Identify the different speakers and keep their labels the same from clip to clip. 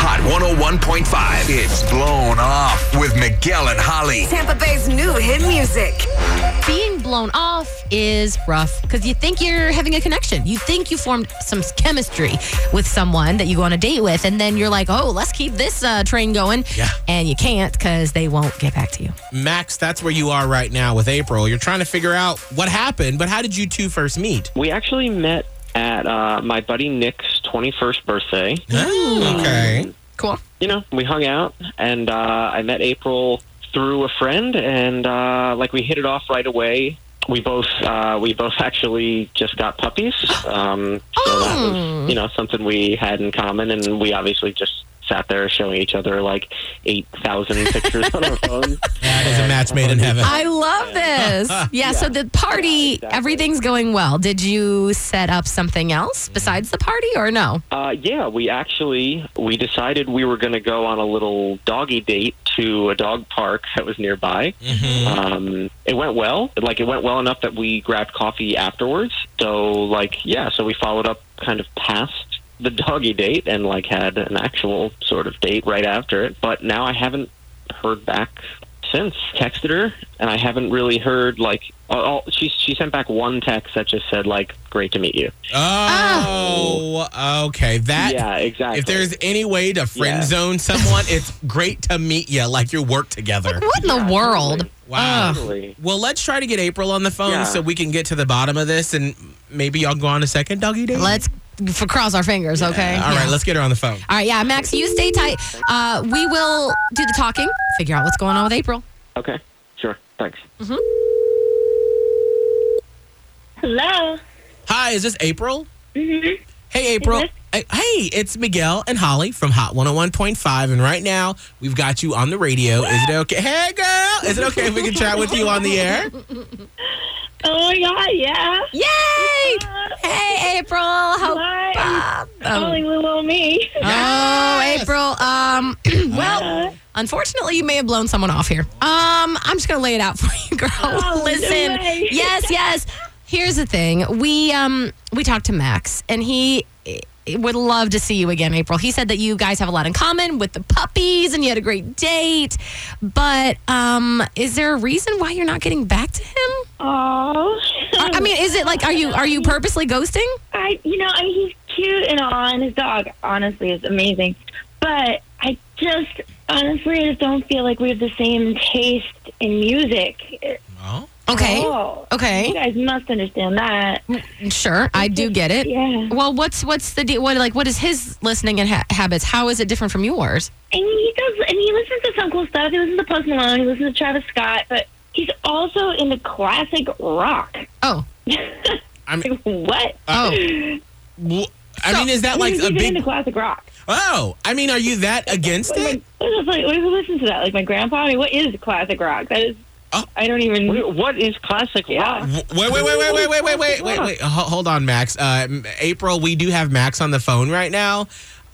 Speaker 1: Hot 101.5. It's blown off with Miguel and Holly.
Speaker 2: Tampa Bay's new hit music.
Speaker 3: being blown off is rough because you think you're having a connection. You think you formed some chemistry with someone that you go on a date with, and then you're like, oh, let's keep this uh, train going.
Speaker 4: Yeah.
Speaker 3: And you can't because they won't get back to you.
Speaker 4: Max, that's where you are right now with April. You're trying to figure out what happened, but how did you two first meet?
Speaker 5: We actually met at uh, my buddy Nick's 21st birthday. Hmm.
Speaker 4: Okay.
Speaker 3: Cool.
Speaker 5: You know, we hung out, and uh, I met April through a friend, and uh, like we hit it off right away. We both uh, we both actually just got puppies, um, so that was you know something we had in common, and we obviously just sat there showing each other like eight thousand pictures on our phones.
Speaker 4: That is a match made in heaven.
Speaker 3: I love this. Yeah, so the party,
Speaker 5: exactly.
Speaker 3: everything's going well. Did you set up something else besides the party or no?
Speaker 5: Uh, yeah, we actually we decided we were going to go on a little doggy date to a dog park that was nearby.
Speaker 4: Mm-hmm.
Speaker 5: Um, it went well, like it went well enough that we grabbed coffee afterwards. So, like, yeah, so we followed up kind of past the doggy date and like had an actual sort of date right after it. But now I haven't heard back since. Texted her, and I haven't really heard like. Oh, oh, she she sent back one text that just said like, "Great to meet you."
Speaker 4: Oh, okay. That.
Speaker 5: yeah, exactly.
Speaker 4: If there's any way to friend
Speaker 5: Yeah.
Speaker 4: zone someone, it's great to meet you, like you work together.
Speaker 3: What in the world?
Speaker 4: Wow.
Speaker 5: Totally.
Speaker 4: Well, let's try to get April on the phone
Speaker 5: Ah. Yeah.
Speaker 4: so we can get to the bottom of this, and maybe I'll go on a second doggy date.
Speaker 3: Let's f- cross our fingers, okay?
Speaker 4: All
Speaker 3: Yeah.
Speaker 4: right, let's get her on the phone.
Speaker 3: All right, yeah, Max, you stay tight. Uh, we will do the talking, figure out what's going on with April.
Speaker 5: Okay, sure. Thanks.
Speaker 6: Hello.
Speaker 4: Hi, is this April? Mm-hmm. Hey, April. Uh, Hey, it's Miguel and Holly from Hot 101.5, and right now we've got you on the radio. Is it okay? Hey, girl, is it okay if we can chat with you on the air?
Speaker 6: Oh my god, yeah.
Speaker 3: Yay! Hey, April. How-
Speaker 6: Hi.
Speaker 3: oh,
Speaker 6: Calling little me.
Speaker 3: Oh, April. Um, well, unfortunately, you may have blown someone off here. Um, I'm just gonna lay it out for you, girl.
Speaker 6: Oh, no
Speaker 3: Listen,
Speaker 6: way.
Speaker 3: yes, yes. Here's the thing. We um we talked to Max, and he eh, would love to see you again, April. He said that you guys have a lot in common with the puppies, and you had a great date. But um, is there a reason why you're not getting back to him?
Speaker 6: Oh.
Speaker 3: I I mean, is it like are you are you purposely ghosting?
Speaker 6: I you know, I mean he's cute and all and his dog honestly is amazing. But I just honestly I just don't feel like we have the same taste in music.
Speaker 4: Oh,
Speaker 3: Okay.
Speaker 6: Oh. You
Speaker 3: Eh? Okay.
Speaker 6: guys must understand that.
Speaker 3: Sure, I do get it.
Speaker 6: Yeah.
Speaker 3: Well, what's what's the deal? What like what is his listening and ha- habits? How is it different from yours?
Speaker 6: And he does, and he listens to some cool stuff. He listens to Post Malone. He listens to Travis Scott, but he's also into classic rock.
Speaker 3: Oh,
Speaker 4: I'm.
Speaker 6: Like, what?
Speaker 3: oh,
Speaker 4: w- I mean, is that
Speaker 6: I mean,
Speaker 4: like
Speaker 6: he's
Speaker 4: a
Speaker 6: into
Speaker 4: big?
Speaker 6: classic rock.
Speaker 4: Oh, I mean, are you that against
Speaker 6: Like,
Speaker 4: it?
Speaker 6: my, what is, like, who listens to that? Like my grandpa? I mean, what is classic rock? That is,
Speaker 4: Oh.
Speaker 6: I don't even.
Speaker 5: Wh- Uh, What is classic rock?
Speaker 6: Yeah.
Speaker 4: W- Wait, wait, wait, wait, wait, wait, wait, wait, wait, wait. Ho- Hold on, Max. Uh, m- April, we do have Max on the phone right now.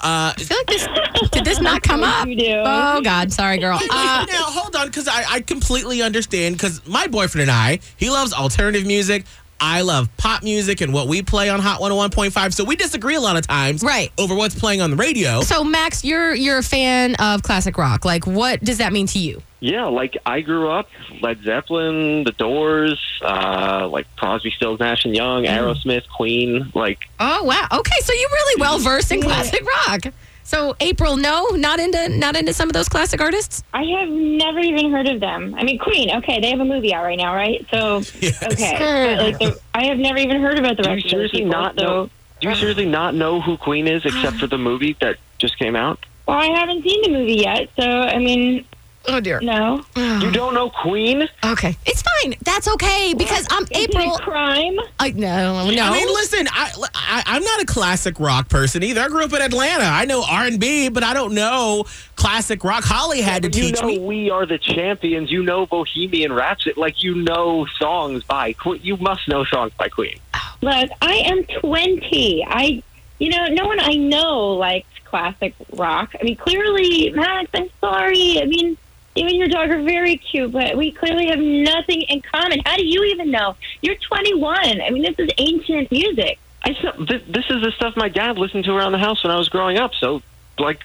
Speaker 4: Uh,
Speaker 3: I feel like this did this not come up?
Speaker 6: You do.
Speaker 3: Oh God, sorry, girl. Uh,
Speaker 4: now hold on, because I, I completely understand. Because my boyfriend and I, he loves alternative music. I love pop music and what we play on Hot 101.5. So we disagree a lot of times,
Speaker 3: Right.
Speaker 4: over what's playing on the radio.
Speaker 3: so Max, you're you're a fan of classic rock. Like, what does that mean to you?
Speaker 5: Yeah, like I grew up Led Zeppelin, The Doors, uh, like Crosby, Stills, Nash and Young, Aerosmith, Queen. Like,
Speaker 3: Oh wow. Okay, so you're really well versed in classic rock. So April, no, not into not into some of those classic artists.
Speaker 6: I have never even heard of them. I mean, Queen. Okay, they have a movie out right now, right? So okay, but, like the, I have never even heard about the
Speaker 5: do
Speaker 6: rest
Speaker 5: you
Speaker 6: of those
Speaker 5: seriously
Speaker 6: people,
Speaker 5: not
Speaker 6: so,
Speaker 5: know? Do you seriously not know who Queen is except for the movie that just came out?
Speaker 6: Well, I haven't seen the movie yet, so I mean,
Speaker 3: Oh dear.
Speaker 6: No.
Speaker 5: You don't know Queen?
Speaker 3: Okay, it's fine. That's okay because I'm
Speaker 6: Is it
Speaker 3: April.
Speaker 6: a crime?
Speaker 3: I, no, no.
Speaker 4: I mean, listen, I, I am not a classic rock person either. I grew up in Atlanta. I know R and B, but I don't know classic rock. Holly had to
Speaker 5: you
Speaker 4: teach
Speaker 5: know
Speaker 4: me.
Speaker 5: we are the champions. You know Bohemian Rhapsody. Like you know songs by Queen. You must know songs by Queen.
Speaker 6: Look, I am 20. I, you know, no one I know likes classic rock. I mean, clearly, Max, I'm sorry. I mean, you and your dog are very cute, but we clearly have nothing in common. How do you even know? You're 21. I mean, this is ancient music.
Speaker 5: I s- this, this is the stuff my dad listened to around the house when I was growing up. So like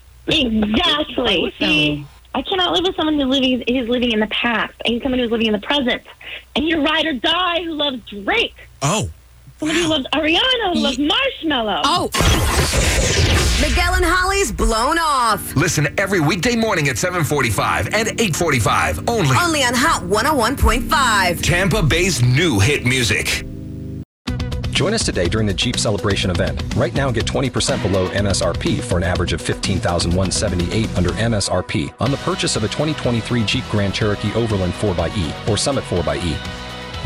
Speaker 6: Exactly. See, I cannot live with someone who living who's living in the past. I need someone who's living in the present. And your ride or die who loves Drake,
Speaker 4: oh,
Speaker 6: someone who loves Ariana, who loves Marshmallow.
Speaker 3: oh,
Speaker 2: Miguel and Holly's blown off.
Speaker 1: Listen every weekday morning at 745 and 845 only.
Speaker 2: Only on Hot 101.5.
Speaker 1: Tampa Bay's new hit music.
Speaker 7: Join us today during the Jeep Celebration event. Right now, get 20% below MSRP for an average of 15178 under MSRP on the purchase of a 2023 Jeep Grand Cherokee Overland 4xE or Summit 4xE.